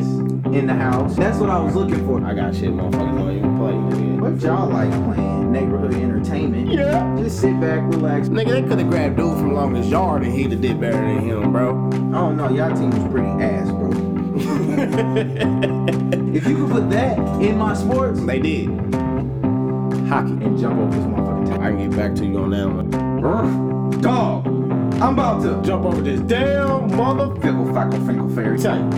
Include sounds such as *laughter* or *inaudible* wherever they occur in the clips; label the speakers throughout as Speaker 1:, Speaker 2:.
Speaker 1: in the house. That's what I was looking for.
Speaker 2: I got shit motherfuckers don't even play, nigga.
Speaker 1: What if y'all like playing neighborhood entertainment?
Speaker 2: Yeah.
Speaker 1: Just sit back, relax.
Speaker 2: Nigga, they could have grabbed dude from Longest Yard and he'd have did better than him, bro. *laughs*
Speaker 1: Oh no, y'all team is pretty ass, bro. If you could put that in my sports
Speaker 2: they did. Hockey.
Speaker 1: and jump over this motherfucking
Speaker 2: I can get back to you on that one.
Speaker 1: tower. Dog, I'm about to
Speaker 2: Jump over this damn mother.
Speaker 1: fickle, fackle, finkle, fairy.
Speaker 2: Tight.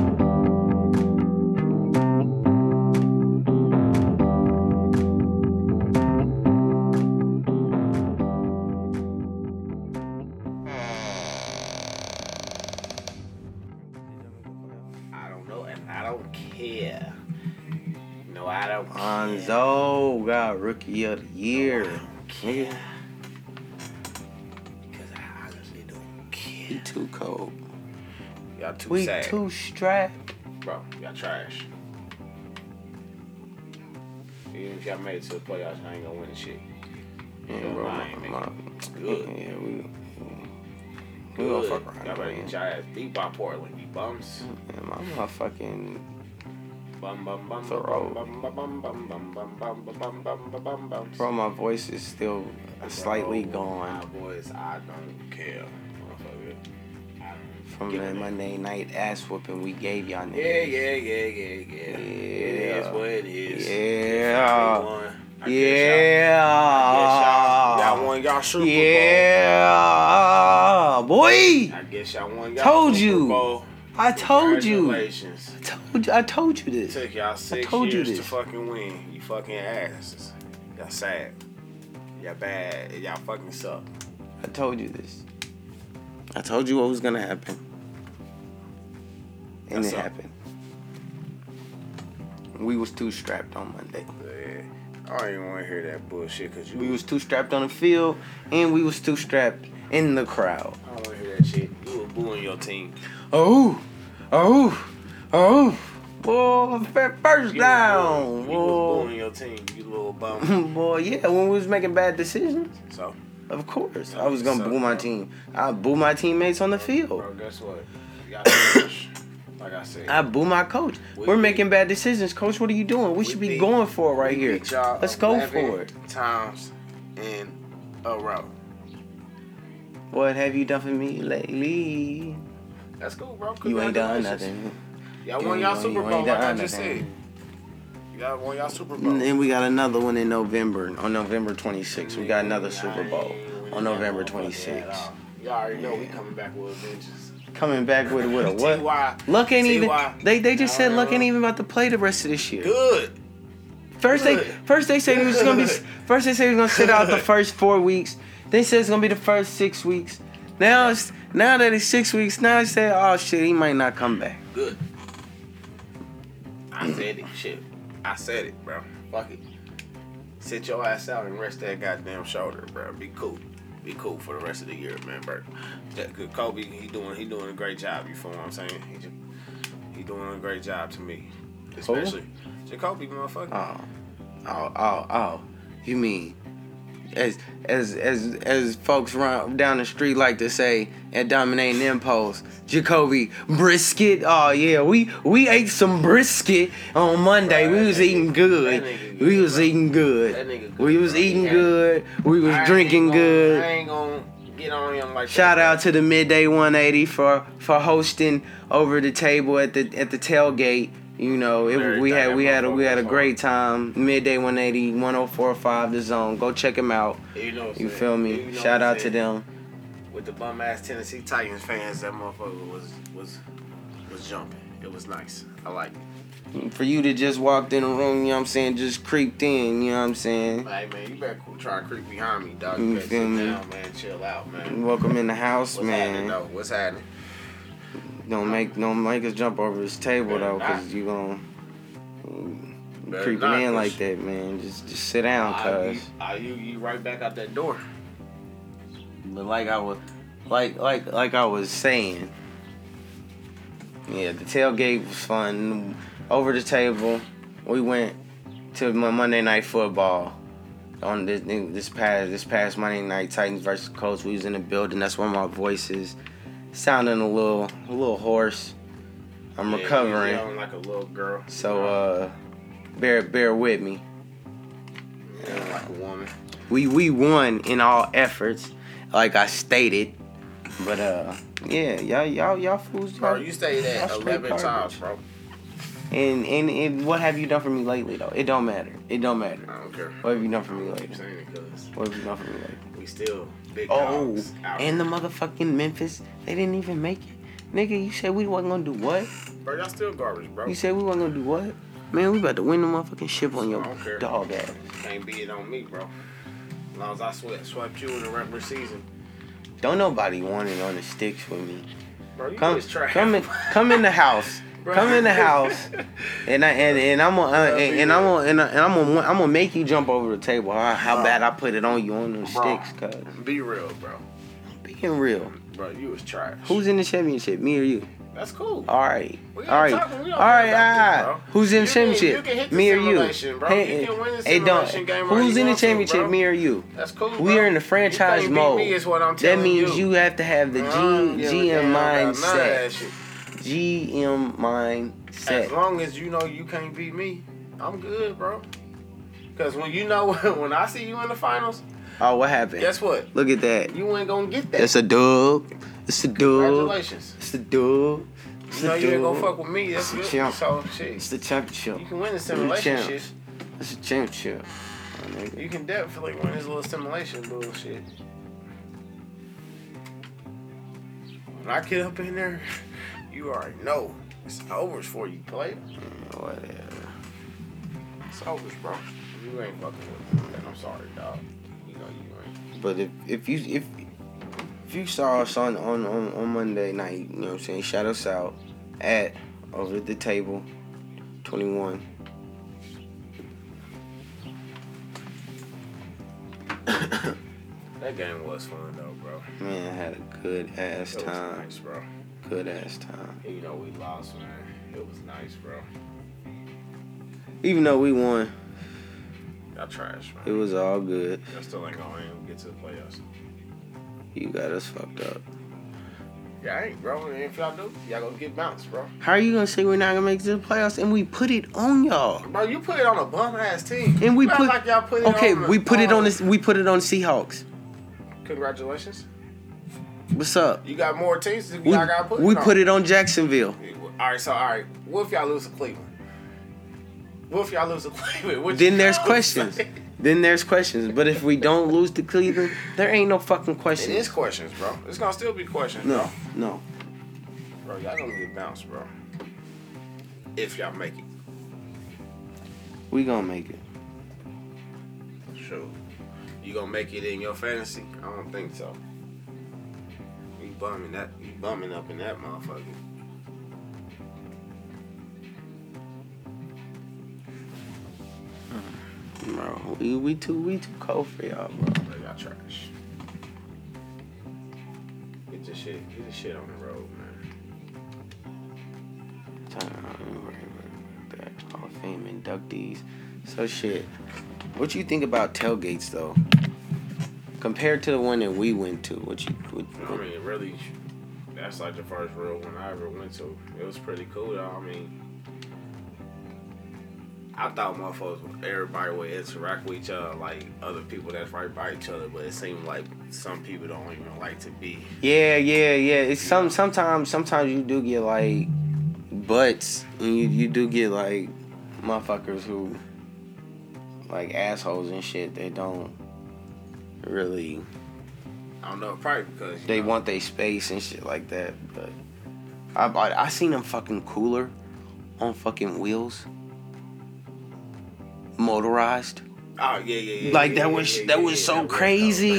Speaker 2: I don't know, and I don't care. No, I don't
Speaker 3: Lonzo got rookie of the year.
Speaker 2: care. Because I honestly don't
Speaker 3: He
Speaker 2: care.
Speaker 3: too cold.
Speaker 2: Y'all too
Speaker 3: We
Speaker 2: sad.
Speaker 3: too strapped.
Speaker 2: Bro, y'all trash. Even if y'all made it to the playoffs, I ain't gonna win the shit.
Speaker 3: Yeah,
Speaker 2: Y'all
Speaker 3: bro, my,
Speaker 2: lying,
Speaker 3: my,
Speaker 2: nigga. Good.
Speaker 3: yeah, we, we gonna
Speaker 2: Good.
Speaker 3: fuck
Speaker 2: Y'all
Speaker 3: around,
Speaker 2: better get
Speaker 3: man.
Speaker 2: y'all ass beat by Portland, you bums.
Speaker 3: Yeah, my motherfucking Mm.
Speaker 2: Bum bum bum
Speaker 3: Thoreau.
Speaker 2: bum bum bum bum bum bum bum bum bum bum bum bum bum.
Speaker 3: bro, my voice is still slightly
Speaker 2: Bro,
Speaker 3: gone
Speaker 2: My boys, I don't care. Motherfucker. I don't
Speaker 3: from
Speaker 2: give
Speaker 3: the
Speaker 2: a damn.
Speaker 3: Monday night ass whooping we gave y'all
Speaker 2: Yeah,
Speaker 3: niggas.
Speaker 2: yeah, yeah, yeah, yeah. It
Speaker 3: Yeah.
Speaker 2: is what it is.
Speaker 3: Yeah.
Speaker 2: If they won, I guess y'all- I guess
Speaker 3: Yeah.
Speaker 2: y'all, y'all won y'all Super Bowl.
Speaker 3: Yeah, boy.
Speaker 2: I guess y'all won y'all
Speaker 3: Told
Speaker 2: Super
Speaker 3: you.
Speaker 2: Bowl.
Speaker 3: I told you. I
Speaker 2: Congratulations.
Speaker 3: told you. I told you
Speaker 2: It
Speaker 3: this.
Speaker 2: took y'all six
Speaker 3: told you
Speaker 2: years to
Speaker 3: this.
Speaker 2: fucking win. You fucking asses. Y'all sad. Y'all bad. Y'all fucking suck.
Speaker 3: I told you this. I told you what was gonna happen. And
Speaker 2: That's
Speaker 3: it
Speaker 2: all.
Speaker 3: happened. We was too strapped on Monday.
Speaker 2: Yeah. I don't even want to hear that bullshit because you.
Speaker 3: We was too strapped on the field and we was too strapped in the crowd.
Speaker 2: I don't want to hear that shit. You were booing your team.
Speaker 3: Oh, oh, oh. Boy, fir- first
Speaker 2: You Was
Speaker 3: down.
Speaker 2: booing, you was booing
Speaker 3: Boy.
Speaker 2: your team. You
Speaker 3: *laughs*
Speaker 2: little bum.
Speaker 3: boy, yeah, when we was making bad decisions,
Speaker 2: so.
Speaker 3: of course.
Speaker 2: Yeah,
Speaker 3: I was gonna
Speaker 2: so-
Speaker 3: boo my team. I boo my teammates on the field.
Speaker 2: Bro, guess what? Y'all trash. like I said.
Speaker 3: I boo my coach.
Speaker 2: We
Speaker 3: We're
Speaker 2: beat-
Speaker 3: making bad decisions. Coach, what are you doing? We,
Speaker 2: We
Speaker 3: should be
Speaker 2: beat-
Speaker 3: going for it right
Speaker 2: We
Speaker 3: here.
Speaker 2: beat y'all
Speaker 3: Let's go
Speaker 2: 11
Speaker 3: for it.
Speaker 2: Times in a row.
Speaker 3: What have you done for me lately?
Speaker 2: That's cool, bro.
Speaker 3: You ain't done
Speaker 2: Congratulations.
Speaker 3: nothing.
Speaker 2: Y'all
Speaker 3: You
Speaker 2: won
Speaker 3: ain't
Speaker 2: y'all
Speaker 3: done-
Speaker 2: Super
Speaker 3: you
Speaker 2: Bowl,
Speaker 3: ain't
Speaker 2: like I
Speaker 3: done
Speaker 2: just said.
Speaker 3: nothing.
Speaker 2: Y'all won y'all Super Bowl.
Speaker 3: And then we got another one in November. On November 26th, we got another Super Bowl on November 26th.
Speaker 2: Y'all already know we
Speaker 3: Yeah.
Speaker 2: coming back with a vengeance.
Speaker 3: Coming back with
Speaker 2: *laughs*
Speaker 3: with a what?
Speaker 2: T.Y.
Speaker 3: Luck ain't even.
Speaker 2: T.Y.
Speaker 3: They they just said
Speaker 2: Nah,
Speaker 3: Luck ain't
Speaker 2: nah.
Speaker 3: even about to play the rest of this year.
Speaker 2: Good.
Speaker 3: First they
Speaker 2: Good.
Speaker 3: first they say he was gonna be
Speaker 2: Good.
Speaker 3: first they say he was gonna sit out the
Speaker 2: Good.
Speaker 3: first four weeks. They said it's gonna be the first six weeks. Now it's now that it's six weeks, now they say, oh shit, he might not come back.
Speaker 2: Good. I said it. Shit. I said it, bro. Fuck it. Sit your ass out and rest that goddamn shoulder, bro. Be cool. Be cool for the rest of the year, man, bro. That good Kobe, he doing he doing a great job, you feel what I'm saying? He, ju- he doing a great job to me. Especially Jacoby, motherfucker.
Speaker 3: Oh, oh, oh, oh. You mean as as as as folks run down the street like to say at dominating impulse, Jacoby brisket. Oh yeah, we we ate some brisket on Monday.
Speaker 2: Bruh,
Speaker 3: we was
Speaker 2: that
Speaker 3: eating
Speaker 2: nigga-
Speaker 3: good.
Speaker 2: that nigga
Speaker 3: We
Speaker 2: good,
Speaker 3: was
Speaker 2: bro.
Speaker 3: eating
Speaker 2: That
Speaker 3: good.
Speaker 2: nigga good,
Speaker 3: We was
Speaker 2: bro. He
Speaker 3: eating
Speaker 2: had-
Speaker 3: good. We was
Speaker 2: I ain't
Speaker 3: drinking
Speaker 2: gonna-
Speaker 3: good.
Speaker 2: I ain't gonna get on him like
Speaker 3: Shout
Speaker 2: that,
Speaker 3: out to the Midday 180 for for hosting over the table at the at the tailgate. You know, it, we had we had a, we had a great time. Midday 180 1045 the zone. Go check them out.
Speaker 2: bro. You, know what I'm
Speaker 3: You
Speaker 2: saying?
Speaker 3: feel
Speaker 2: You
Speaker 3: me?
Speaker 2: know
Speaker 3: Shout
Speaker 2: what I'm
Speaker 3: out to
Speaker 2: saying?
Speaker 3: them.
Speaker 2: with the bum ass Tennessee Titans fans, that motherfucker was was was jumping. It was nice. I like it.
Speaker 3: For you to just walked in the room, you know what I'm saying, just creeped in, you know what I'm saying?
Speaker 2: Hey man, you better qu- try to creep behind me, dog.
Speaker 3: You
Speaker 2: You better sit
Speaker 3: feel
Speaker 2: down,
Speaker 3: me?
Speaker 2: man. Chill out, man.
Speaker 3: Welcome in the house,
Speaker 2: What's
Speaker 3: man.
Speaker 2: happening though? What's happening?
Speaker 3: Don't make don't make us jump over this table though, cause you gonna
Speaker 2: Better
Speaker 3: creeping
Speaker 2: not,
Speaker 3: in
Speaker 2: 'cause
Speaker 3: like that, man. Just just sit down,
Speaker 2: I, you,
Speaker 3: cuz.
Speaker 2: I, you, you right back out that door.
Speaker 3: But like I was, like like like I was saying, yeah, the tailgate was fun. Over the table, we went to my Monday night football on this this past this past Monday night Titans versus Colts. We was in the building. That's where my voice is sounding a little a little hoarse. I'm
Speaker 2: Yeah,
Speaker 3: recovering.
Speaker 2: He's yelling like a little girl.
Speaker 3: So uh bear bear with me.
Speaker 2: Yelling like a woman.
Speaker 3: We we won in all efforts, like I stated. But uh yeah, y'all y'all y'all fools y'all.
Speaker 2: Bro, you stayed at
Speaker 3: y'all straight
Speaker 2: eleven
Speaker 3: garbage.
Speaker 2: times, bro.
Speaker 3: And, and and what have you done for me lately though? It don't matter. It don't matter.
Speaker 2: I don't care.
Speaker 3: What have you done for me lately?
Speaker 2: Keep saying it because
Speaker 3: What have you done for me lately?
Speaker 2: we still big
Speaker 3: Oh,
Speaker 2: dogs. out
Speaker 3: and the
Speaker 2: here.
Speaker 3: motherfucking Memphis, they didn't even make it. Nigga, you said we wasn't gonna do what?
Speaker 2: bro, y'all still garbage, bro.
Speaker 3: You said we wasn't gonna do what? Man, we about to win the motherfucking ship on your
Speaker 2: I don't care.
Speaker 3: dog ass.
Speaker 2: Can't be it on me, bro. As long as I swept swept you in the regular season,
Speaker 3: Don't nobody want it on the sticks with me.
Speaker 2: bro. You
Speaker 3: Come,
Speaker 2: was trash.
Speaker 3: come in, come in the house.
Speaker 2: *laughs* Bro.
Speaker 3: Come in the house, and I and, and I'm gonna uh, and, and I'm gonna and, I, and I'm gonna I'm gonna make you jump over the table. How, how
Speaker 2: Bro.
Speaker 3: bad I put it on you on them
Speaker 2: *laughs* Bro.
Speaker 3: sticks, cuz
Speaker 2: Be real, bro.
Speaker 3: being real,
Speaker 2: Bro, you was trash.
Speaker 3: who's in the championship? Me or you?
Speaker 2: That's cool.
Speaker 3: All right, all
Speaker 2: We ain't
Speaker 3: right, all
Speaker 2: talking-
Speaker 3: right.
Speaker 2: we don't
Speaker 3: All
Speaker 2: care about
Speaker 3: right.
Speaker 2: this, bro.
Speaker 3: Who's in the
Speaker 2: You can- you
Speaker 3: championship?
Speaker 2: can hit the
Speaker 3: me or you?
Speaker 2: simulation, bro. You can win the
Speaker 3: hey, don't.
Speaker 2: simulation game all
Speaker 3: Who's
Speaker 2: you
Speaker 3: in the
Speaker 2: want to,
Speaker 3: championship?
Speaker 2: bro.
Speaker 3: me or you?
Speaker 2: That's cool. Bro.
Speaker 3: We are in the
Speaker 2: You
Speaker 3: franchise
Speaker 2: can't beat
Speaker 3: mode.
Speaker 2: Me is what I'm
Speaker 3: That
Speaker 2: telling
Speaker 3: means
Speaker 2: you.
Speaker 3: you have to have the G,
Speaker 2: I don't give a
Speaker 3: GM
Speaker 2: damn about none of that
Speaker 3: mindset.
Speaker 2: shit.
Speaker 3: GM
Speaker 2: As
Speaker 3: mindset.
Speaker 2: long as you know you can't beat me, I'm good, bro. Cause when you know *laughs* when I see you in the finals,
Speaker 3: Oh, what happened?
Speaker 2: guess what?
Speaker 3: Look at that.
Speaker 2: You ain't gonna get that.
Speaker 3: It's a dub. It's a dub.
Speaker 2: Congratulations.
Speaker 3: It's a dub. It's
Speaker 2: You know
Speaker 3: a
Speaker 2: you ain't gonna fuck
Speaker 3: dub.
Speaker 2: with me. That's
Speaker 3: It's a
Speaker 2: good.
Speaker 3: champ.
Speaker 2: So shit,
Speaker 3: It's the championship.
Speaker 2: you can win the
Speaker 3: a
Speaker 2: simulation
Speaker 3: champ.
Speaker 2: shit.
Speaker 3: It's a championship. my nigga.
Speaker 2: You can definitely win this little simulation bullshit. When I get up in there, you already know it's over for you, player.
Speaker 3: Whatever.
Speaker 2: It's over, bro. You ain't fucking with me, man. I'm sorry, dog. You know you ain't.
Speaker 3: But if if you if if you saw us on on on, on Monday night, you know what I'm saying. Shout us out at over the table, twenty one.
Speaker 2: That game was fun though, bro.
Speaker 3: Man, I had a good ass
Speaker 2: It was
Speaker 3: time.
Speaker 2: nice, bro.
Speaker 3: Good ass time.
Speaker 2: You know we lost, man. It was nice, bro.
Speaker 3: Even though we won,
Speaker 2: Y'all trash,
Speaker 3: it
Speaker 2: man.
Speaker 3: was all good.
Speaker 2: Y'all still ain't gonna get to the playoffs.
Speaker 3: You got us fucked up.
Speaker 2: Y'all ain't, bro. And if y'all do, y'all gonna get bounced, bro.
Speaker 3: How are you gonna say we're not gonna make it to the playoffs and we put it on y'all?
Speaker 2: Bro, you put it on a bum ass team.
Speaker 3: And we
Speaker 2: Not
Speaker 3: put,
Speaker 2: like y'all put it
Speaker 3: okay,
Speaker 2: on the-
Speaker 3: we put it on this. We put it on Seahawks.
Speaker 2: Congratulations.
Speaker 3: What's up?
Speaker 2: You got more teams than
Speaker 3: We,
Speaker 2: y'all got put
Speaker 3: we
Speaker 2: it
Speaker 3: put it on Jacksonville.
Speaker 2: All right, so all right. What if y'all lose to Cleveland? What if y'all lose to *laughs* Cleveland? What
Speaker 3: Then
Speaker 2: you *laughs*
Speaker 3: there's
Speaker 2: gonna
Speaker 3: questions.
Speaker 2: say?
Speaker 3: Then there's questions. But if we don't lose to Cleveland, there ain't no fucking
Speaker 2: It is
Speaker 3: questions.
Speaker 2: questions, bro. It's gonna still be questions.
Speaker 3: No, no.
Speaker 2: Bro, y'all gonna get bounced, bro. If y'all make it.
Speaker 3: We gonna make it.
Speaker 2: Sure. You gonna make it in your fantasy? I don't think so. You bumming that you bumming up in that motherfucker.
Speaker 3: Bro, we, we too we too cold for y'all, bro.
Speaker 2: Bro, y'all trash. Get this shit get this shit on the road, man.
Speaker 3: Hall of Fame inductees. So shit. What you think about tailgates though? Compared to the one that we went to, what you what,
Speaker 2: I mean really that's like the first real one I ever went to. It was pretty cool though. I mean I thought motherfuckers, everybody would interact with each other like other people that's right by each other, but it seemed like some people don't even like to be
Speaker 3: Yeah, yeah, yeah. It's some sometimes sometimes you do get like butts and you, you do get like motherfuckers who like assholes and shit they don't really
Speaker 2: I don't know, probably because you
Speaker 3: they
Speaker 2: know,
Speaker 3: want their space and shit like that. But I, I I seen them fucking cooler on fucking wheels, motorized.
Speaker 2: Oh yeah, yeah, yeah.
Speaker 3: Like,
Speaker 2: yeah,
Speaker 3: that
Speaker 2: yeah,
Speaker 3: was-
Speaker 2: yeah,
Speaker 3: that
Speaker 2: yeah,
Speaker 3: was
Speaker 2: yeah,
Speaker 3: so
Speaker 2: that was dope. *laughs*
Speaker 3: crazy.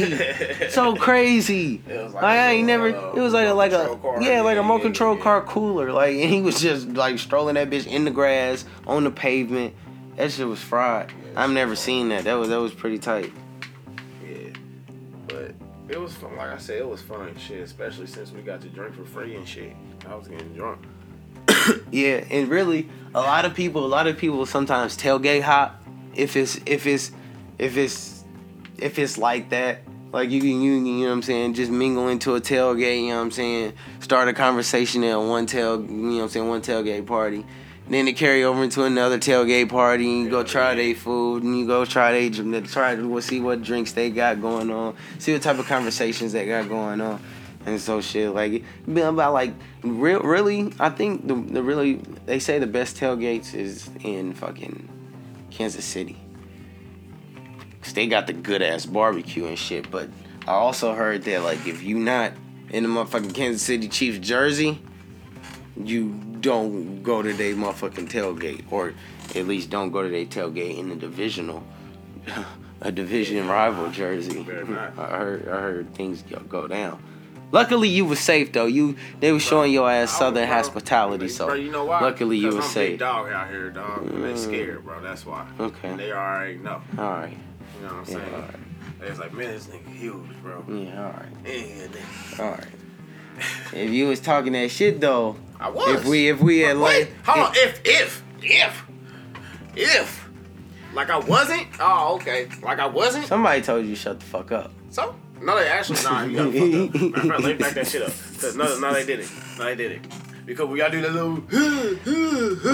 Speaker 3: So crazy.
Speaker 2: It was
Speaker 3: like
Speaker 2: like
Speaker 3: I
Speaker 2: a
Speaker 3: ain't never.
Speaker 2: little, uh,
Speaker 3: It was like a like a
Speaker 2: remote control car.
Speaker 3: yeah, like a
Speaker 2: Yeah,
Speaker 3: remote
Speaker 2: yeah,
Speaker 3: control
Speaker 2: yeah.
Speaker 3: car cooler. Like *laughs* and he was just like strolling that bitch in the grass on the pavement. That shit was fried.
Speaker 2: Yeah,
Speaker 3: I've
Speaker 2: it's
Speaker 3: never
Speaker 2: fried.
Speaker 3: seen that. That was that was pretty tight.
Speaker 2: yeah, but it was fun. Like I said, it was fun and shit. Especially since we got to drink for free and shit. I was getting drunk.
Speaker 3: Yeah, and really, a lot of people, a lot of people sometimes tailgate hop. If it's if it's if it's if it's like that, Like you can, you, you know what I'm saying, just mingle into a tailgate, you know what I'm saying, start a conversation at one tail, you know what I'm saying, one tailgate party. Then it carry over into another tailgate party, and you go try their food, and you go try they dr- try to see what drinks they got going on, see what type of conversations they got going on, and so shit like it been about like real really. I think the the really they say the best tailgates is in fucking Kansas City. 'Cause they got the good ass barbecue and shit. But I also heard that like if you not in the motherfucking Kansas City Chiefs jersey, you don't go to their motherfucking tailgate, or at least don't go to their tailgate in the divisional, *laughs* a division rival jersey.
Speaker 2: Better
Speaker 3: *laughs*
Speaker 2: not.
Speaker 3: I heard I heard things go, go down. Luckily you was safe though. You they was showing your ass
Speaker 2: I
Speaker 3: southern
Speaker 2: was, bro.
Speaker 3: hospitality, so
Speaker 2: Bro, you know why?
Speaker 3: luckily you
Speaker 2: Because
Speaker 3: was
Speaker 2: I'm a
Speaker 3: safe.
Speaker 2: big
Speaker 3: Mm. All
Speaker 2: dog out here, dog. and They scared, bro. That's why.
Speaker 3: Okay.
Speaker 2: They already know.
Speaker 3: right,
Speaker 2: You know what I'm
Speaker 3: Yeah, Mm.
Speaker 2: saying?
Speaker 3: alright.
Speaker 2: They was like, man, this nigga huge, bro.
Speaker 3: yeah, all right.
Speaker 2: And they-
Speaker 3: All right. If you was talking that shit though,
Speaker 2: I was.
Speaker 3: if we if we had
Speaker 2: Wait,
Speaker 3: like,
Speaker 2: hold on. If if if if like I wasn't. Oh, okay. Like I wasn't.
Speaker 3: somebody told you shut the fuck up.
Speaker 2: So no, they actually
Speaker 3: *laughs*
Speaker 2: nah. You got fucked up. Matter of fact, let me back that shit up. Cause no, no, they did it. No, they did it. Because we gotta do that little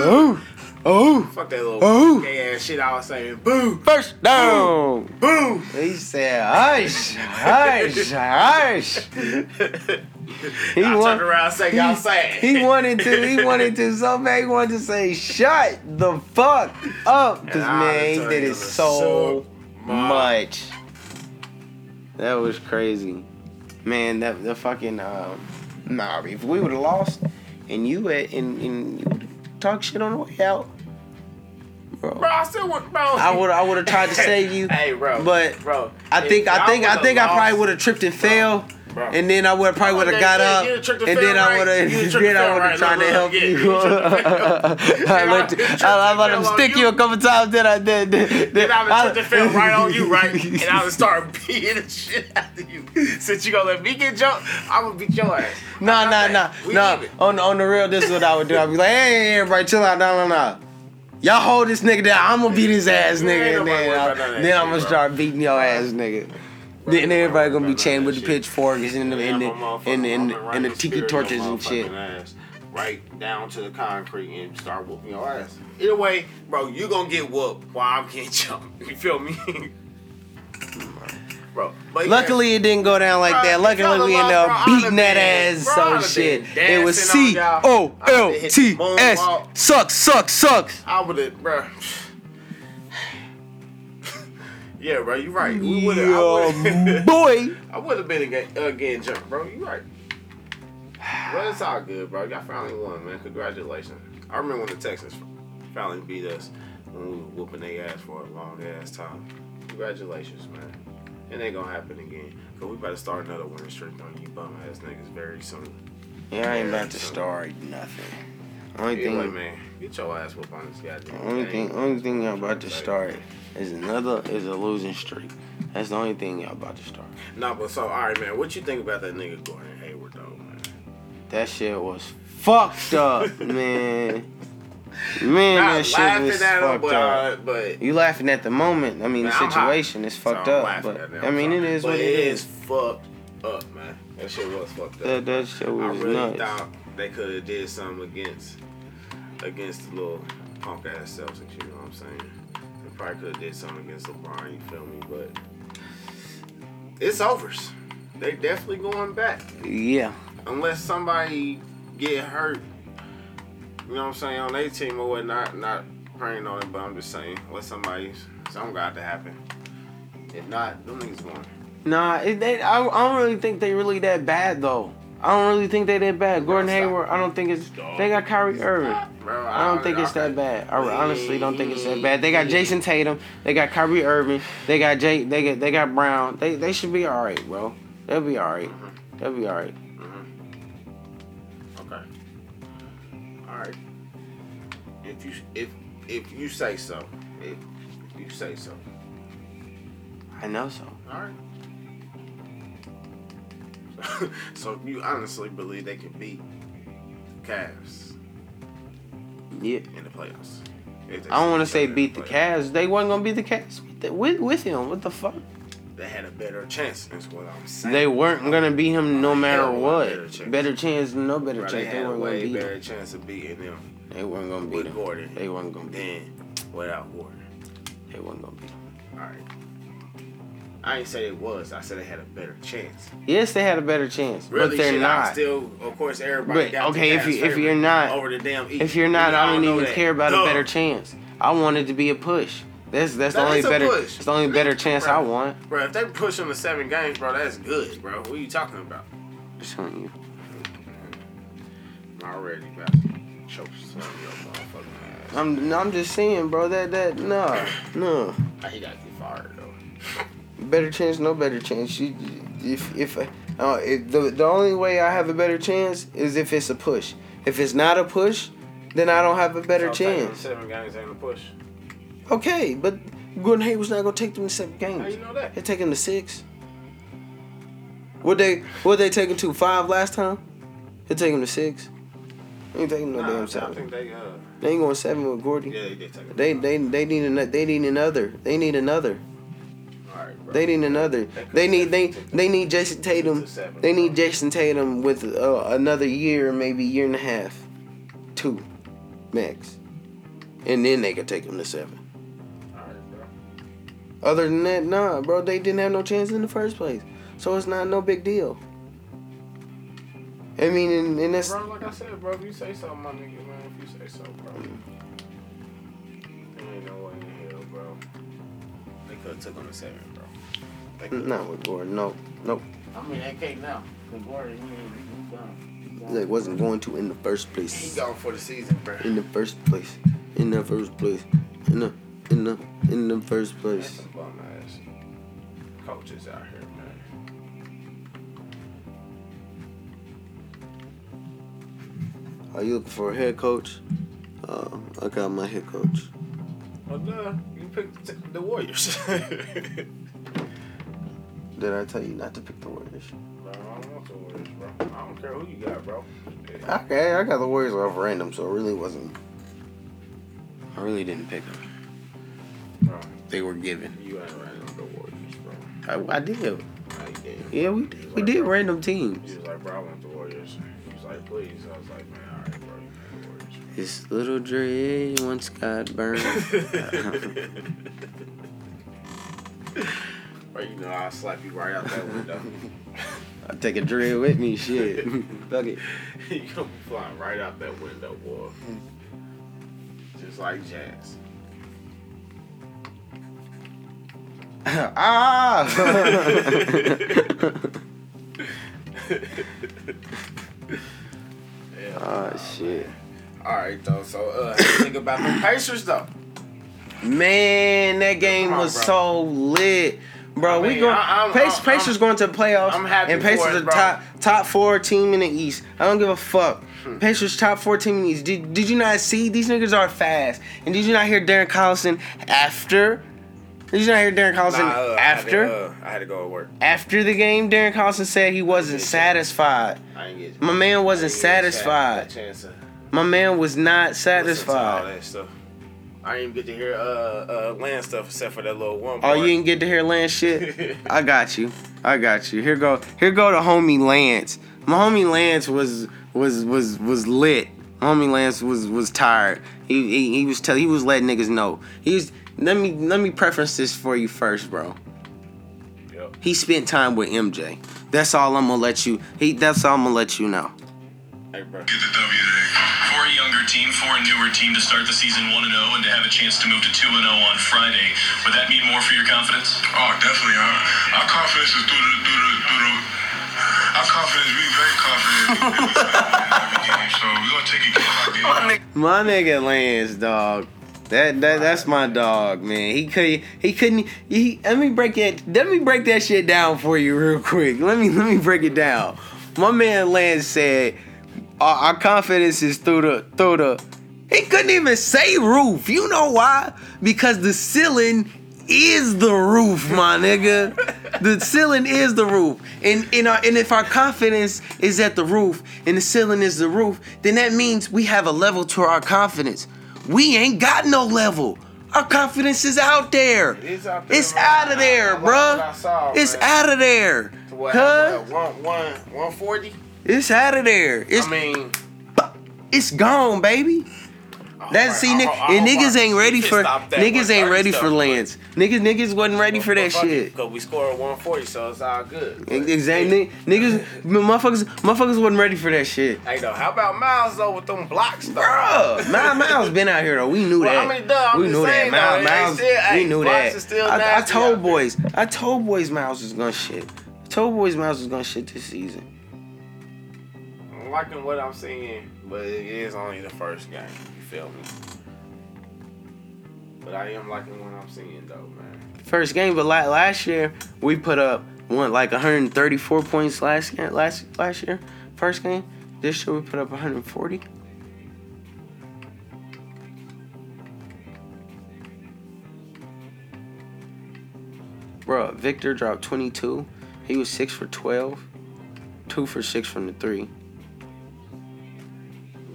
Speaker 3: Oh, oh,
Speaker 2: *laughs* fuck that little
Speaker 3: Oh.
Speaker 2: gay ass shit I was saying. Boo,
Speaker 3: first down.
Speaker 2: boo.
Speaker 3: He said hush, hush, hush.
Speaker 2: He *laughs* I
Speaker 3: wa-
Speaker 2: turned around and said, y'all sad.
Speaker 3: He wanted to, he wanted to so bad. He wanted to say shut the fuck up, cause
Speaker 2: *laughs* And I
Speaker 3: man, he
Speaker 2: turned
Speaker 3: did it
Speaker 2: to
Speaker 3: so
Speaker 2: so
Speaker 3: much. That was crazy, man. That the fucking um, nah. If we would have lost, and you had, and, and you would've talked shit on the way out, bro.
Speaker 2: Bro, I still want, bro.
Speaker 3: I would, I would have
Speaker 2: *laughs*
Speaker 3: tried to save you.
Speaker 2: hey, bro.
Speaker 3: but
Speaker 2: bro,
Speaker 3: I
Speaker 2: if
Speaker 3: think, I
Speaker 2: y'all
Speaker 3: think, I
Speaker 2: would've
Speaker 3: think I probably
Speaker 2: lost-
Speaker 3: would have tripped and fell.
Speaker 2: Bro.
Speaker 3: And then I would probably would have
Speaker 2: Okay,
Speaker 3: got
Speaker 2: yeah,
Speaker 3: up,
Speaker 2: you done tricked the
Speaker 3: and then
Speaker 2: fell,
Speaker 3: I
Speaker 2: right?
Speaker 3: would have, *laughs*
Speaker 2: You done tricked
Speaker 3: then I
Speaker 2: the fell,
Speaker 3: would have
Speaker 2: right?
Speaker 3: tried
Speaker 2: Look,
Speaker 3: to
Speaker 2: look,
Speaker 3: help
Speaker 2: yeah, you
Speaker 3: you. *laughs*
Speaker 2: done tricked the
Speaker 3: I
Speaker 2: fell. *laughs*
Speaker 3: let,
Speaker 2: You tricked
Speaker 3: I, I
Speaker 2: the
Speaker 3: let him
Speaker 2: fell on
Speaker 3: stick you.
Speaker 2: you.
Speaker 3: a couple times. Then I did. Then,
Speaker 2: Then I would have fell right on you, right? And
Speaker 3: *laughs* And
Speaker 2: I would start *laughs* beating the shit out of you. Since you gonna let me get jumped, I'm gonna beat your ass.
Speaker 3: Nah, nah,
Speaker 2: Like,
Speaker 3: nah,
Speaker 2: we
Speaker 3: nah.
Speaker 2: even.
Speaker 3: On on the real, this is what I would do. I'd be like, hey, hey, hey, everybody, chill out, nah, nah, nah. Y'all hold this nigga down. I'm gonna beat his ass, nigga,
Speaker 2: Man,
Speaker 3: and
Speaker 2: nobody
Speaker 3: then,
Speaker 2: worry
Speaker 3: I'll-
Speaker 2: about none of that
Speaker 3: then I'm
Speaker 2: shit,
Speaker 3: gonna
Speaker 2: bro.
Speaker 3: start beating your ass, nigga. Then
Speaker 2: nobody
Speaker 3: everybody
Speaker 2: worry
Speaker 3: gonna be
Speaker 2: about
Speaker 3: chained
Speaker 2: none of
Speaker 3: with the
Speaker 2: that shit.
Speaker 3: pitchforks and the and the and the, and the, and the tiki torches and shit.
Speaker 2: Right down to the concrete and start whooping your ass. Either way, bro, you gonna get whooped while I'm getting *laughs* jumped. You feel me? *laughs* bro. But yeah.
Speaker 3: Luckily, it didn't go down like
Speaker 2: Bro,
Speaker 3: that.
Speaker 2: if
Speaker 3: Luckily,
Speaker 2: y'all
Speaker 3: we ended
Speaker 2: alone, bro,
Speaker 3: up
Speaker 2: I'd
Speaker 3: beating
Speaker 2: have
Speaker 3: that
Speaker 2: been-
Speaker 3: ass
Speaker 2: bro, I'd
Speaker 3: some
Speaker 2: have
Speaker 3: shit. It
Speaker 2: been
Speaker 3: was
Speaker 2: dancing on
Speaker 3: C
Speaker 2: y'all.
Speaker 3: O
Speaker 2: I'd
Speaker 3: L
Speaker 2: have hit the
Speaker 3: T S.
Speaker 2: moonwalk.
Speaker 3: Sucks, sucks, sucks.
Speaker 2: I would have, bro. *sighs* yeah, bro, you right. We would
Speaker 3: Yeah,
Speaker 2: *laughs* have.
Speaker 3: boy.
Speaker 2: I would have been again, again jumped, bro. You right. Well, it's all good, bro. Y'all finally won, man. Congratulations. I remember when the Texans finally beat us when we were whooping their ass for a long ass time. Congratulations, man. It ain't gonna happen again. Cause we about to start another winning streak on you bum ass niggas very soon.
Speaker 3: Yeah, I ain't about to start nothing. Only
Speaker 2: Anyway,
Speaker 3: thing,
Speaker 2: man, get your ass whooped on this goddamn
Speaker 3: only
Speaker 2: thing.
Speaker 3: thing, only thing y'all about to start is another is a losing streak. That's the only thing y'all about to start.
Speaker 2: Nah, but so all right, man. What you think about that nigga Gordon Hayward though, man?
Speaker 3: That shit was fucked
Speaker 2: *laughs*
Speaker 3: up, man. Man,
Speaker 2: Not
Speaker 3: that shit
Speaker 2: laughing
Speaker 3: was
Speaker 2: at him,
Speaker 3: fucked
Speaker 2: but,
Speaker 3: up.
Speaker 2: uh, but
Speaker 3: You laughing at the moment. I mean, the
Speaker 2: man, I'm hot.
Speaker 3: situation is
Speaker 2: So
Speaker 3: fucked
Speaker 2: I'm
Speaker 3: up.
Speaker 2: laughing
Speaker 3: But
Speaker 2: at him,
Speaker 3: I mean, it
Speaker 2: sorry.
Speaker 3: is
Speaker 2: But
Speaker 3: what it is.
Speaker 2: fucked up, man. That shit was fucked up.
Speaker 3: That that shit
Speaker 2: I
Speaker 3: was
Speaker 2: really
Speaker 3: nuts.
Speaker 2: thought they could have did something against against the little punk ass Celtics. You know what I'm saying? They probably could have did something against LeBron. You feel me? But it's overs. They definitely going back
Speaker 3: Yeah,
Speaker 2: unless somebody get hurt. You know what I'm saying on their team or whatnot. Not praying on it, but I'm just saying unless somebody something got to happen. If not, them niggas going.
Speaker 3: nah. It, they, I, I don't really think they really that bad though. I don't really think they that bad. Gordon
Speaker 2: stop.
Speaker 3: Hayward. I don't think it's. They got Kyrie Irving.
Speaker 2: Bro,
Speaker 3: I don't think it's that bad. I honestly don't think it's that bad. They got
Speaker 2: Yeah.
Speaker 3: Jason Tatum. They got Kyrie Irving. They got Jay. They got they got Brown. They they should be all right, bro. They'll be all right. They'll be all right.
Speaker 2: Okay. All right. If you if if you say so, if, if you say so.
Speaker 3: I know so.
Speaker 2: All right. *laughs* so if you honestly believe they can beat Cavs
Speaker 3: Yeah.
Speaker 2: in the playoffs. if they
Speaker 3: I don't want to say
Speaker 2: see each other in
Speaker 3: beat the
Speaker 2: playoffs.
Speaker 3: Cavs. They wasn't gonna beat the Cavs with, with with him. What the fuck?
Speaker 2: They had a better chance. That's what I'm saying.
Speaker 3: They weren't gonna beat him no matter
Speaker 2: Hell,
Speaker 3: what.
Speaker 2: better chance.
Speaker 3: Better chance, no better
Speaker 2: Bro, they
Speaker 3: chance. They
Speaker 2: had a
Speaker 3: weren't gonna
Speaker 2: way
Speaker 3: beat
Speaker 2: better
Speaker 3: him.
Speaker 2: chance of beating them
Speaker 3: They weren't gonna beat
Speaker 2: with
Speaker 3: him.
Speaker 2: Gordon
Speaker 3: They weren't gonna beat him.
Speaker 2: than without Gordon.
Speaker 3: They weren't gonna beat him.
Speaker 2: All right. I ain't say it was. I said they had a better chance.
Speaker 3: Yes, they had a better chance,
Speaker 2: Really,
Speaker 3: but they're
Speaker 2: shit, I'm
Speaker 3: not.
Speaker 2: Still, of course, everybody.
Speaker 3: But,
Speaker 2: got the
Speaker 3: okay, if
Speaker 2: Cavs
Speaker 3: you- if
Speaker 2: favorite
Speaker 3: you're not-
Speaker 2: over the damn, Eagles.
Speaker 3: If you're not, I don't
Speaker 2: know
Speaker 3: even
Speaker 2: that.
Speaker 3: care about
Speaker 2: Duh.
Speaker 3: a better chance. I want it to be a push. That's that's
Speaker 2: That
Speaker 3: the only
Speaker 2: is a
Speaker 3: better.
Speaker 2: push.
Speaker 3: It's the only better chance
Speaker 2: Bro,
Speaker 3: I want.
Speaker 2: Bro, if they push them to seven games, bro, that's good, bro. What are you talking about?
Speaker 3: It's on you.
Speaker 2: I'm already about to choke some of your motherfucking ass.
Speaker 3: I'm I'm just saying, bro. That that no no
Speaker 2: Nah, He gotta get fired though.
Speaker 3: better chance, no better chance. You if if uh, it, the the only way I have a better chance is if it's a push. If it's not a push, then I don't have a better
Speaker 2: I'll take them
Speaker 3: chance.
Speaker 2: Seven games ain't a push.
Speaker 3: Okay, but Gordon Hayward's not gonna take them to seven
Speaker 2: How
Speaker 3: games.
Speaker 2: you know that?
Speaker 3: They take him to six. What they what they take him to five last time? They take him to six. They ain't taking no
Speaker 2: Nah,
Speaker 3: damn
Speaker 2: I
Speaker 3: seven.
Speaker 2: think they uh,
Speaker 3: They ain't going seven with Gordy.
Speaker 2: yeah, they did take. them.
Speaker 3: They they they need another. They need another. They need another.
Speaker 2: All right, bro.
Speaker 3: They need another. They need they they need Jason Tatum. They need Jason Tatum with uh, another year, maybe year and a half, two, max, and then they could take him to seven.
Speaker 2: All right, bro.
Speaker 3: Other than that, nah, bro, they didn't have no chance in the first place. So it's not no big deal. I mean, and, and that's
Speaker 2: Bro, like I said, bro, if you say so, my nigga, man, if you say so, bro.
Speaker 3: Mm.
Speaker 2: There ain't no way in hell, bro. They could have took on the seven, bro. They could've-
Speaker 3: not with Gordon. Mm, No, nope.
Speaker 2: I mean, they can't now. Because Gordon, he ain't he gone. He gone.
Speaker 3: They wasn't going to in the first
Speaker 2: He
Speaker 3: place.
Speaker 2: gone for the season, bro.
Speaker 3: In the first place. In the first place. In the in the in the first
Speaker 2: That's
Speaker 3: place.
Speaker 2: some bum ass coaches out here, man.
Speaker 3: Are you looking for a head coach? Uh, I got my head coach.
Speaker 2: Well, duh, uh, you picked t- the Warriors. *laughs* bro, I
Speaker 3: Did I tell you not to pick the Warriors?
Speaker 2: don't want the Warriors, bro. I don't care who you got, bro. Yeah.
Speaker 3: Okay, I got the Warriors off random, so it really wasn't. I really didn't pick them.
Speaker 2: Bro,
Speaker 3: They were given.
Speaker 2: you ain't running on the Warriors, bro.
Speaker 3: I, I did.
Speaker 2: How you did?
Speaker 3: Yeah, we we did random teams.
Speaker 2: He was like, bro, I want the Warriors. He was like, please. I was like, man, all right, bro, you want the Warriors.
Speaker 3: This little Dre once got burned.
Speaker 2: Bro, you know, I'll slap you right out that window.
Speaker 3: *laughs*
Speaker 2: *laughs*
Speaker 3: I take a Dre with me, *laughs* shit. Fuck it.
Speaker 2: you gonna be flying right out that window, boy. Just like jazz.
Speaker 3: ah!
Speaker 2: *laughs*
Speaker 3: *laughs*
Speaker 2: Yeah.
Speaker 3: ah, shit.
Speaker 2: all right, though. So, uh, think about the Pacers,
Speaker 3: *clears throat*
Speaker 2: though.
Speaker 3: Man, that game
Speaker 2: Come on,
Speaker 3: was
Speaker 2: bro.
Speaker 3: so lit. Bro,
Speaker 2: I
Speaker 3: we
Speaker 2: mean,
Speaker 3: going
Speaker 2: I- I'm-
Speaker 3: Pace,
Speaker 2: I'm-
Speaker 3: Pacers going to the playoffs.
Speaker 2: I'm happy
Speaker 3: and Pacers
Speaker 2: for it,
Speaker 3: are
Speaker 2: bro.
Speaker 3: top top four team in the East. I don't give a fuck.
Speaker 2: Hmm.
Speaker 3: Pacers top four team in the East. Did, did you not see these niggas are fast? And did you not hear Darren Collison after? Did you not hear Darren Collison
Speaker 2: uh,
Speaker 3: after?
Speaker 2: I had, to, uh, I had to go to work.
Speaker 3: after the game, Darren Collison said he wasn't satisfied.
Speaker 2: I didn't get.
Speaker 3: My man wasn't
Speaker 2: I didn't get a
Speaker 3: satisfied.
Speaker 2: chance- a chance to
Speaker 3: My man was not
Speaker 2: listen to all
Speaker 3: satisfied.
Speaker 2: that stuff. I didn't even get to hear uh, uh, land stuff except for that little one.
Speaker 3: Oh,
Speaker 2: part.
Speaker 3: you didn't get to hear Lance shit? I got you. I got you. Here go here go to homie Lance. My homie Lance was was was was lit. My homie Lance was was tired. He he, he was tell he was letting niggas know. He was let me let me preference this for you first, bro.
Speaker 2: Yep.
Speaker 3: He spent time with MJ. That's all I'm gonna let you. He that's all I'm gonna let you know.
Speaker 2: Hey, bro.
Speaker 4: get the W today. For a younger team, for a newer team to start the season 1 and 0 and to have a chance to move to 2 and 0 on Friday, would that mean more for your confidence?
Speaker 5: Oh, definitely. Our, our confidence is through the through the through the. Our confidence, we very confident. every game, so we're gonna take it game by game.
Speaker 3: My nigga Lance, dog. That, that that's my dog, man. He could he couldn't he let me break it let me break that shit down for you real quick. Let me let me break it down. My man Lance said our, our confidence is through the through the he couldn't even say roof. You know why? Because the ceiling is the roof, my nigga. The ceiling is the roof. And and, our, and if our confidence is at the roof and the ceiling is the roof, then that means we have a level to our confidence. We ain't got no level. Our confidence is out there.
Speaker 2: It is out there,
Speaker 3: It's
Speaker 2: bro.
Speaker 3: out of there,
Speaker 2: I love what I saw,
Speaker 3: bruh. It's
Speaker 2: man.
Speaker 3: out of there.
Speaker 2: What,
Speaker 3: Huh?
Speaker 2: what, one, one, 140?
Speaker 3: It's out of there. It's
Speaker 2: I mean,
Speaker 3: it's gone, baby.
Speaker 2: I hope
Speaker 3: That's
Speaker 2: I-
Speaker 3: see,
Speaker 2: oh, I
Speaker 3: ni-
Speaker 2: hope- I
Speaker 3: and
Speaker 2: hope
Speaker 3: niggas
Speaker 2: I-
Speaker 3: ain't ready
Speaker 2: we can
Speaker 3: for
Speaker 2: stop that
Speaker 3: niggas ain't
Speaker 2: 130
Speaker 3: Lance.
Speaker 2: stuff,
Speaker 3: for
Speaker 2: but-
Speaker 3: Lens. Niggas niggas wasn't ready for that
Speaker 2: *laughs*
Speaker 3: shit.
Speaker 2: Because we scored 140, so it's all good. But,
Speaker 3: Exactly, niggas, motherfuckers, motherfuckers wasn't ready for that shit.
Speaker 2: Hey, though, how about Miles, though, with them blocks, though?
Speaker 3: Bruh, Miles, Miles been out here though. We knew
Speaker 2: Well,
Speaker 3: that.
Speaker 2: I mean, duh, I'm
Speaker 3: we
Speaker 2: just
Speaker 3: knew
Speaker 2: saying,
Speaker 3: that.
Speaker 2: though, they
Speaker 3: Miles,
Speaker 2: still-
Speaker 3: Miles,
Speaker 2: hey,
Speaker 3: we knew
Speaker 2: Blocks
Speaker 3: that.
Speaker 2: is still
Speaker 3: I, I
Speaker 2: nasty out
Speaker 3: told
Speaker 2: there.
Speaker 3: boys, I told boys Miles was gonna shit. I told boys Miles was gonna shit this season.
Speaker 2: I'm liking what I'm seeing, but it is only the first game. You feel me? But I am liking what I'm seeing, though, man.
Speaker 3: First game, but like last year we put up one like 134 points last game, last last year. First game, this year we put up 140. Bruh, Victor dropped 22. He was 6 for 12. 2 for 6 from the 3.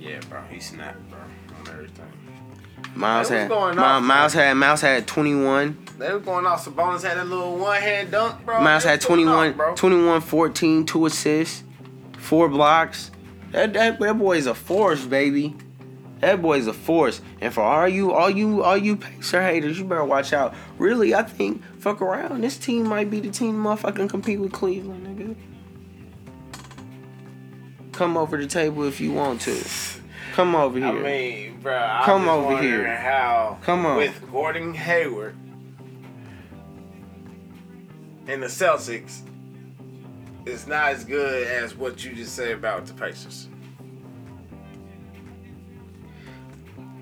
Speaker 2: Yeah, bro. He snapped, bro, on everything.
Speaker 3: Miles
Speaker 2: Hey, what's
Speaker 3: had,
Speaker 2: going
Speaker 3: Mi-
Speaker 2: on,
Speaker 3: Miles had Miles had 21.
Speaker 2: They were going off. Sabonis had a little one hand dunk, bro.
Speaker 3: Miles
Speaker 2: They
Speaker 3: had
Speaker 2: was going
Speaker 3: 21,
Speaker 2: off, bro.
Speaker 3: 21 14, 2 assists, 4 blocks. That, that, that boy is a force, baby. That boy is a force. And for all you all you all you Pacer haters, you better watch out. Really, I think fuck around. This team might be the team motherfucking compete with Cleveland, nigga. Come over the table if you want to. Come over
Speaker 2: I
Speaker 3: here.
Speaker 2: mean, bro. I'm
Speaker 3: Come
Speaker 2: just
Speaker 3: over
Speaker 2: wondering
Speaker 3: here.
Speaker 2: How?
Speaker 3: Come on.
Speaker 2: With Gordon Hayward and the Celtics, it's not as good as what you just said about the Pacers.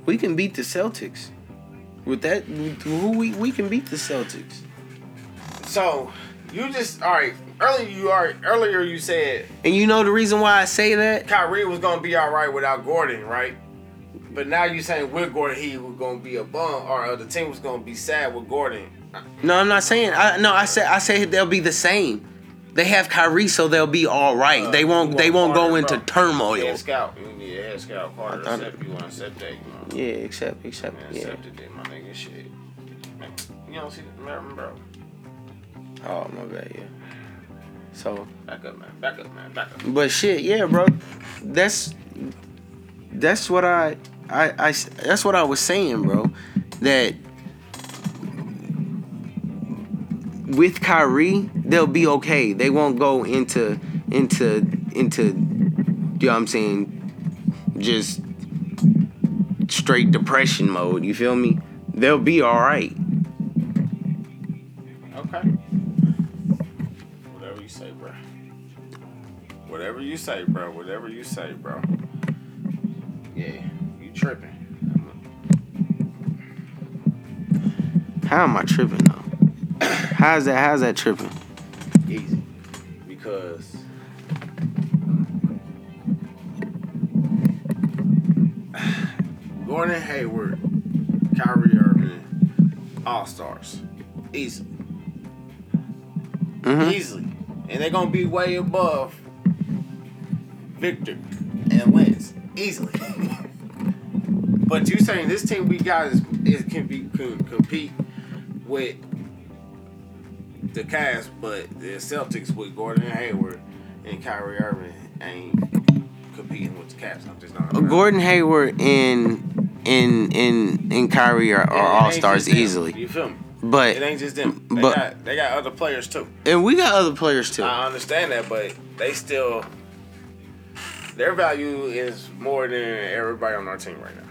Speaker 3: we can beat the Celtics. With that, with who we we can beat the Celtics.
Speaker 2: So you just all right. Earlier you are earlier you said
Speaker 3: And you know the reason why I say that?
Speaker 2: Kyrie was gonna be all right without Gordon, right? But now you saying with Gordon he was gonna be a bum, or uh, the team was gonna be sad with Gordon.
Speaker 3: No, I'm not saying. I no, I say I say they'll be the same. They have Kyrie, so they'll be all right.
Speaker 2: Uh,
Speaker 3: they won't. They won't go into turmoil.
Speaker 2: Head scout, you need a head scout Carter.
Speaker 3: I- I-
Speaker 2: Except you want to accept that, you know.
Speaker 3: Yeah, except except
Speaker 2: Man,
Speaker 3: yeah.
Speaker 2: accept it, then, my nigga. Shit. Man, You don't see that, man, bro.
Speaker 3: Oh my bad. Yeah. So,
Speaker 2: Back up, man. Back up, man. Back up.
Speaker 3: but shit, yeah, bro. That's that's what I I I s- that's what I was saying, bro. That with Kyrie, they'll be okay. They won't go into into into you know what I'm saying just straight depression mode, you feel me? They'll be alright.
Speaker 2: Okay. Whatever you say, bro. Whatever you say, bro. Whatever you say, bro. Yeah, you tripping. I'm-
Speaker 3: How am I tripping though? How's that how's that tripping?
Speaker 2: Easy. Because Gordon Hayward, Kyrie Irving, all stars. Easily. Easily. And they're gonna be way above Victor and Lance. Easily. *laughs* but you saying this team we got is, is can be can compete with the Cavs, but the Celtics with Gordon Hayward and Kyrie Irving ain't competing with the Cavs. I'm just not.
Speaker 3: Gordon Hayward and and and and Kyrie are,
Speaker 2: It ain't
Speaker 3: are all
Speaker 2: just
Speaker 3: stars
Speaker 2: them,
Speaker 3: easily.
Speaker 2: You feel me? It
Speaker 3: But
Speaker 2: ain't just them. They
Speaker 3: but-
Speaker 2: got they got other players too.
Speaker 3: and we got other players too.
Speaker 2: I understand that, but they still their value is more than everybody on our team right now.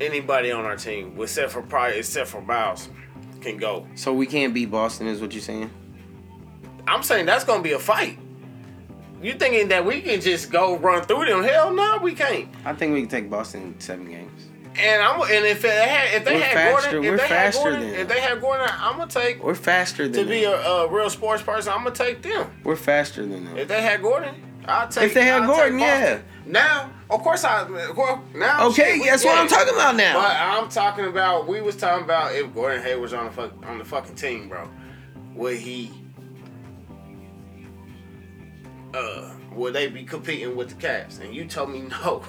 Speaker 2: Anybody on our team, except for probably except for Miles, can go.
Speaker 3: So we can't beat Boston, is what you're saying?
Speaker 2: I'm saying that's gonna be a fight. You thinking that we can just go run through them? Hell no, we can't.
Speaker 3: I think we can take Boston in seven games.
Speaker 2: And I'm and if they had if they
Speaker 3: We're
Speaker 2: had
Speaker 3: faster-
Speaker 2: Gordon,
Speaker 3: we're
Speaker 2: if they had
Speaker 3: faster
Speaker 2: Gordon,
Speaker 3: than
Speaker 2: if
Speaker 3: them.
Speaker 2: they had Gordon, I'm gonna take
Speaker 3: We're faster
Speaker 2: to
Speaker 3: than
Speaker 2: be
Speaker 3: them.
Speaker 2: a, a real sports person. I'm gonna take them.
Speaker 3: We're faster than them.
Speaker 2: If they had Gordon, I'll take.
Speaker 3: If they had
Speaker 2: I'll take
Speaker 3: Gordon,
Speaker 2: Boston.
Speaker 3: yeah.
Speaker 2: Now, of course, I. of course, Now,
Speaker 3: Okay,
Speaker 2: shit, we-
Speaker 3: that's what
Speaker 2: yeah.
Speaker 3: I'm talking about now.
Speaker 2: But I'm talking about we was talking about if Gordon Hayward was on the fuck, on the fucking team, bro. Would he? Uh, would they be competing with the Cavs? And you told me *laughs* no,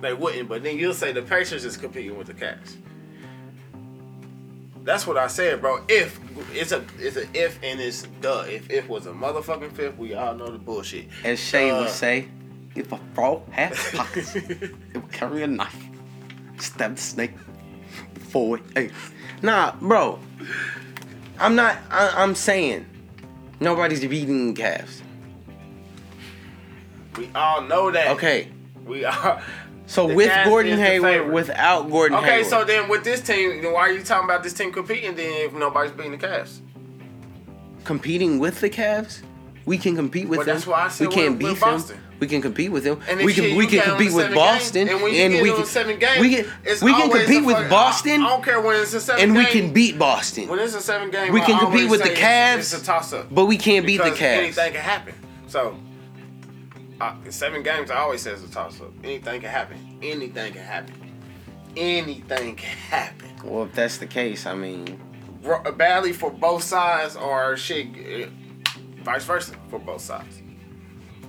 Speaker 2: they wouldn't. But then you'll say the Pacers is competing with the Cavs. That's what I said, bro. If it's a it's a if and it's duh. If if was a motherfucking fifth, we all know the bullshit.
Speaker 3: As Shay
Speaker 2: Uh,
Speaker 3: would say, if a frog had *laughs* pockets, it would carry a knife, stab the snake before it ate. Nah, bro. I'm not. I, I'm saying nobody's beating the Cavs.
Speaker 2: We all know that.
Speaker 3: Okay.
Speaker 2: We are.
Speaker 3: *laughs* So
Speaker 2: The
Speaker 3: with
Speaker 2: Cavs
Speaker 3: Gordon
Speaker 2: is the
Speaker 3: Hayward,
Speaker 2: favorite.
Speaker 3: without Gordon
Speaker 2: Okay,
Speaker 3: Hayward.
Speaker 2: so then with this team, then why are you talking about this team competing then if nobody's beating the Cavs?
Speaker 3: competing with the Cavs, we can compete with
Speaker 2: Well,
Speaker 3: them.
Speaker 2: that's why I said
Speaker 3: we
Speaker 2: with-
Speaker 3: can
Speaker 2: with
Speaker 3: beat
Speaker 2: Boston.
Speaker 3: them. We can compete with them.
Speaker 2: And
Speaker 3: we
Speaker 2: this year
Speaker 3: can we
Speaker 2: you
Speaker 3: can
Speaker 2: got
Speaker 3: compete
Speaker 2: on
Speaker 3: with
Speaker 2: seven
Speaker 3: Boston,
Speaker 2: games, and when you get
Speaker 3: we
Speaker 2: on
Speaker 3: can
Speaker 2: seven games,
Speaker 3: we can
Speaker 2: it's
Speaker 3: we can
Speaker 2: always a
Speaker 3: compete with
Speaker 2: fucking-
Speaker 3: Boston,
Speaker 2: I, I don't care when it's a seven.
Speaker 3: and we
Speaker 2: game.
Speaker 3: can beat Boston.
Speaker 2: When it's a seven game,
Speaker 3: We can
Speaker 2: I
Speaker 3: compete
Speaker 2: always
Speaker 3: with the
Speaker 2: say it's-
Speaker 3: Cavs,
Speaker 2: It's a toss up.
Speaker 3: but we can't beat the Cavs.
Speaker 2: Anything can happen. So. Uh, seven games, I always say it's a toss up. Anything can happen. Anything can happen. Anything can happen.
Speaker 3: Well, if that's the case, I mean,
Speaker 2: Ro- badly for both sides or shit eh, vice versa for both sides.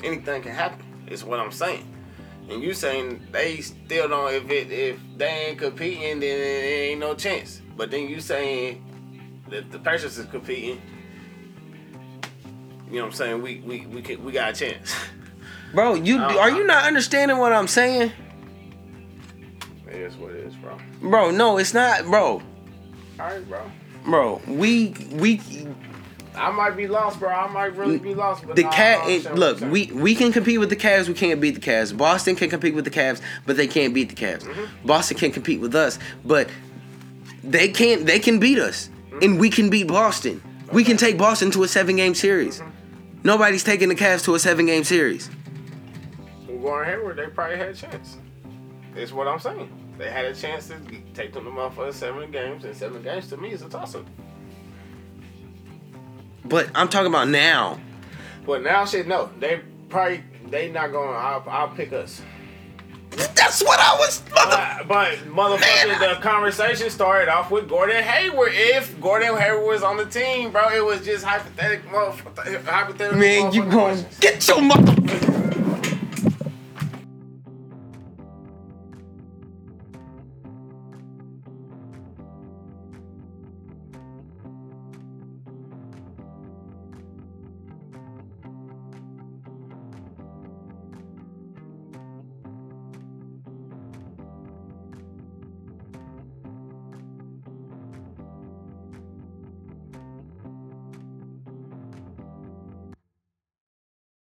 Speaker 2: Anything can happen is what I'm saying. And you saying they still don't if it if they ain't competing then it ain't no chance. But then you saying that the Pacers is competing. You know what I'm saying? We we we can, we got a chance. *laughs*
Speaker 3: bro, you
Speaker 2: Uh-uh.
Speaker 3: are you not understanding what I'm saying,
Speaker 2: it is what it is, bro.
Speaker 3: bro? No, it's not, bro.
Speaker 2: All right, bro.
Speaker 3: Bro, we we
Speaker 2: I might be lost, bro. I might really be lost. But
Speaker 3: the
Speaker 2: nah,
Speaker 3: cat.
Speaker 2: I understand
Speaker 3: look,
Speaker 2: what you're saying.
Speaker 3: we we can compete with the Cavs. We can't beat the Cavs. Boston can compete with the Cavs, but they can't beat the Cavs.
Speaker 2: Mm-hmm.
Speaker 3: Boston can compete with us, but they can't. They can beat us,
Speaker 2: Mm-hmm.
Speaker 3: and we can beat Boston. We can take Boston to a seven game series.
Speaker 2: Mm-hmm.
Speaker 3: Nobody's taking the Cavs to a seven game series.
Speaker 2: Well, Gordon Hayward, they probably had a chance. That's what I'm saying. They had a chance to g- take them to motherfucking seven games, and seven games to me is a toss up.
Speaker 3: But I'm talking about now.
Speaker 2: But now, shit, no, they probably they not going. to I'll, I'll pick us.
Speaker 3: That's what I was. Mother-
Speaker 2: But, but motherfucker, the conversation started off with Gordon Hayward. If Gordon Hayward was on the team, bro, it was just hypothetical, motherfucker, hypothetical.
Speaker 3: man, you
Speaker 2: motherfucking
Speaker 3: going
Speaker 2: questions.
Speaker 3: get your mother.